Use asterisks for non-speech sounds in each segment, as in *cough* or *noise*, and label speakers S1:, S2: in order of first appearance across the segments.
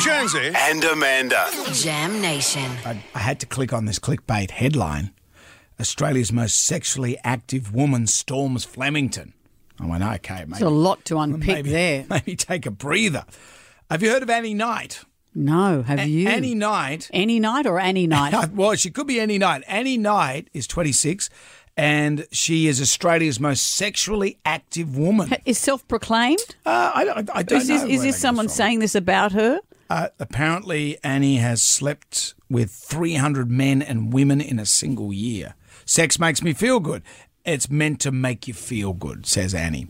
S1: Jonesy and Amanda.
S2: Jam Nation.
S3: I, I had to click on this clickbait headline Australia's most sexually active woman storms Flemington. I went, okay,
S4: There's a
S3: maybe,
S4: lot to unpick
S3: maybe,
S4: there.
S3: *laughs* maybe take a breather. Have you heard of Annie Knight?
S4: No, have you?
S3: Annie Knight.
S4: Any night or
S3: *laughs*
S4: any night?
S3: Well, she could be Annie Knight. Annie Knight is 26 and she is Australia's most sexually active woman.
S4: Is self-proclaimed?
S3: Uh, I, don't- I don't
S4: Is this,
S3: know where
S4: is
S3: that
S4: this
S3: comes
S4: someone
S3: from.
S4: saying this about her?
S3: Uh, apparently, Annie has slept with 300 men and women in a single year. Sex makes me feel good. It's meant to make you feel good, says Annie.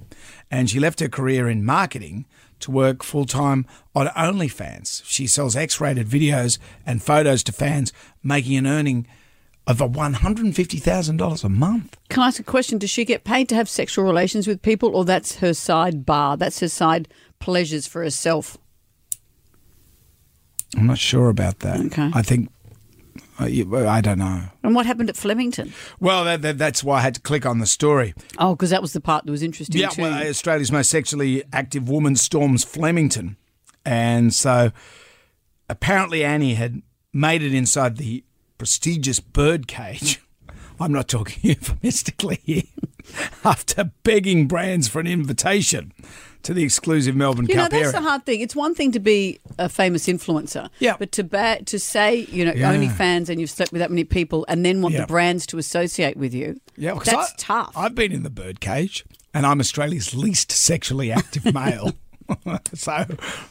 S3: And she left her career in marketing to work full time on OnlyFans. She sells X rated videos and photos to fans, making an earning of $150,000 a month.
S4: Can I ask a question? Does she get paid to have sexual relations with people, or that's her side bar? That's her side pleasures for herself.
S3: I'm not sure about that.
S4: Okay.
S3: I think, I, I don't know.
S4: And what happened at Flemington?
S3: Well, that, that, that's why I had to click on the story.
S4: Oh, because that was the part that was interesting
S3: Yeah,
S4: too.
S3: well, Australia's most sexually active woman storms Flemington. And so apparently Annie had made it inside the prestigious bird cage. *laughs* I'm not talking *laughs* euphemistically here. *laughs* After begging brands for an invitation to the exclusive Melbourne
S4: you know,
S3: Cup
S4: that's
S3: area.
S4: the hard thing. It's one thing to be a famous influencer,
S3: Yeah.
S4: but to ba- to say you know
S3: Yeah.
S4: only fans and you've slept with that many people, and then want
S3: Yeah.
S4: the brands to associate with you.
S3: Yeah, 'cause
S4: that's
S3: I-
S4: tough.
S3: I've been in the birdcage, and I'm Australia's least sexually
S4: *laughs*
S3: active male. *laughs* so,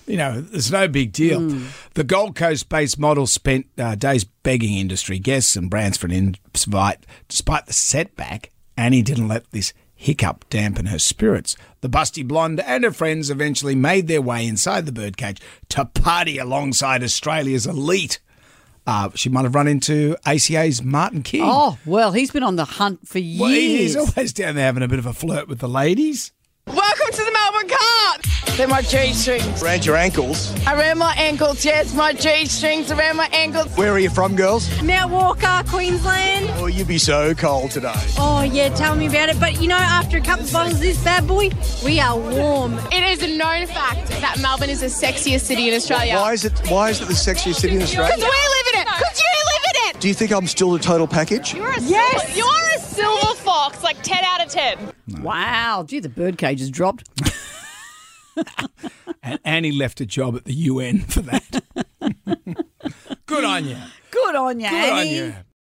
S3: you know, it's no big deal.
S4: Hmm.
S3: The Gold Coast-based model spent uh, days begging industry guests and brands for an invite. Despite the setback, Annie didn't let this hiccup dampen her spirits. The busty blonde and her friends eventually made their way inside the birdcage to party alongside Australia's elite. Uh, she might have run into ACA's Martin King.
S4: oh well, he's been on the hunt for years.
S3: Well, Oh, he's always down there having a bit of a flirt with the ladies.
S5: Welcome to the Melbourne Cup. They're my G strings.
S1: Around your ankles.
S5: Around my ankles, yes, my G strings around my ankles.
S1: Where are you from, girls?
S6: Mount Walker, Queensland.
S1: Oh, you'd be so cold today.
S6: Oh, yeah, tell me about it. But you know, after a couple of bottles of this bad boy, we are warm.
S7: It is a known fact that Melbourne is the sexiest city in Australia.
S1: Why is it? Why is it the sexiest city in
S7: Because
S1: Australia?
S7: we
S5: *laughs*
S7: live in it. Because you live in it.
S1: Do you think I'm still the total package?
S7: You're a yes. You're a silver fox, like 10 out of 10.
S4: Wow, gee, the birdcage has dropped.
S3: And Annie left a job at the UN for that. *laughs* Good on you.
S4: Good on you,
S3: Good on
S4: Annie.
S3: you.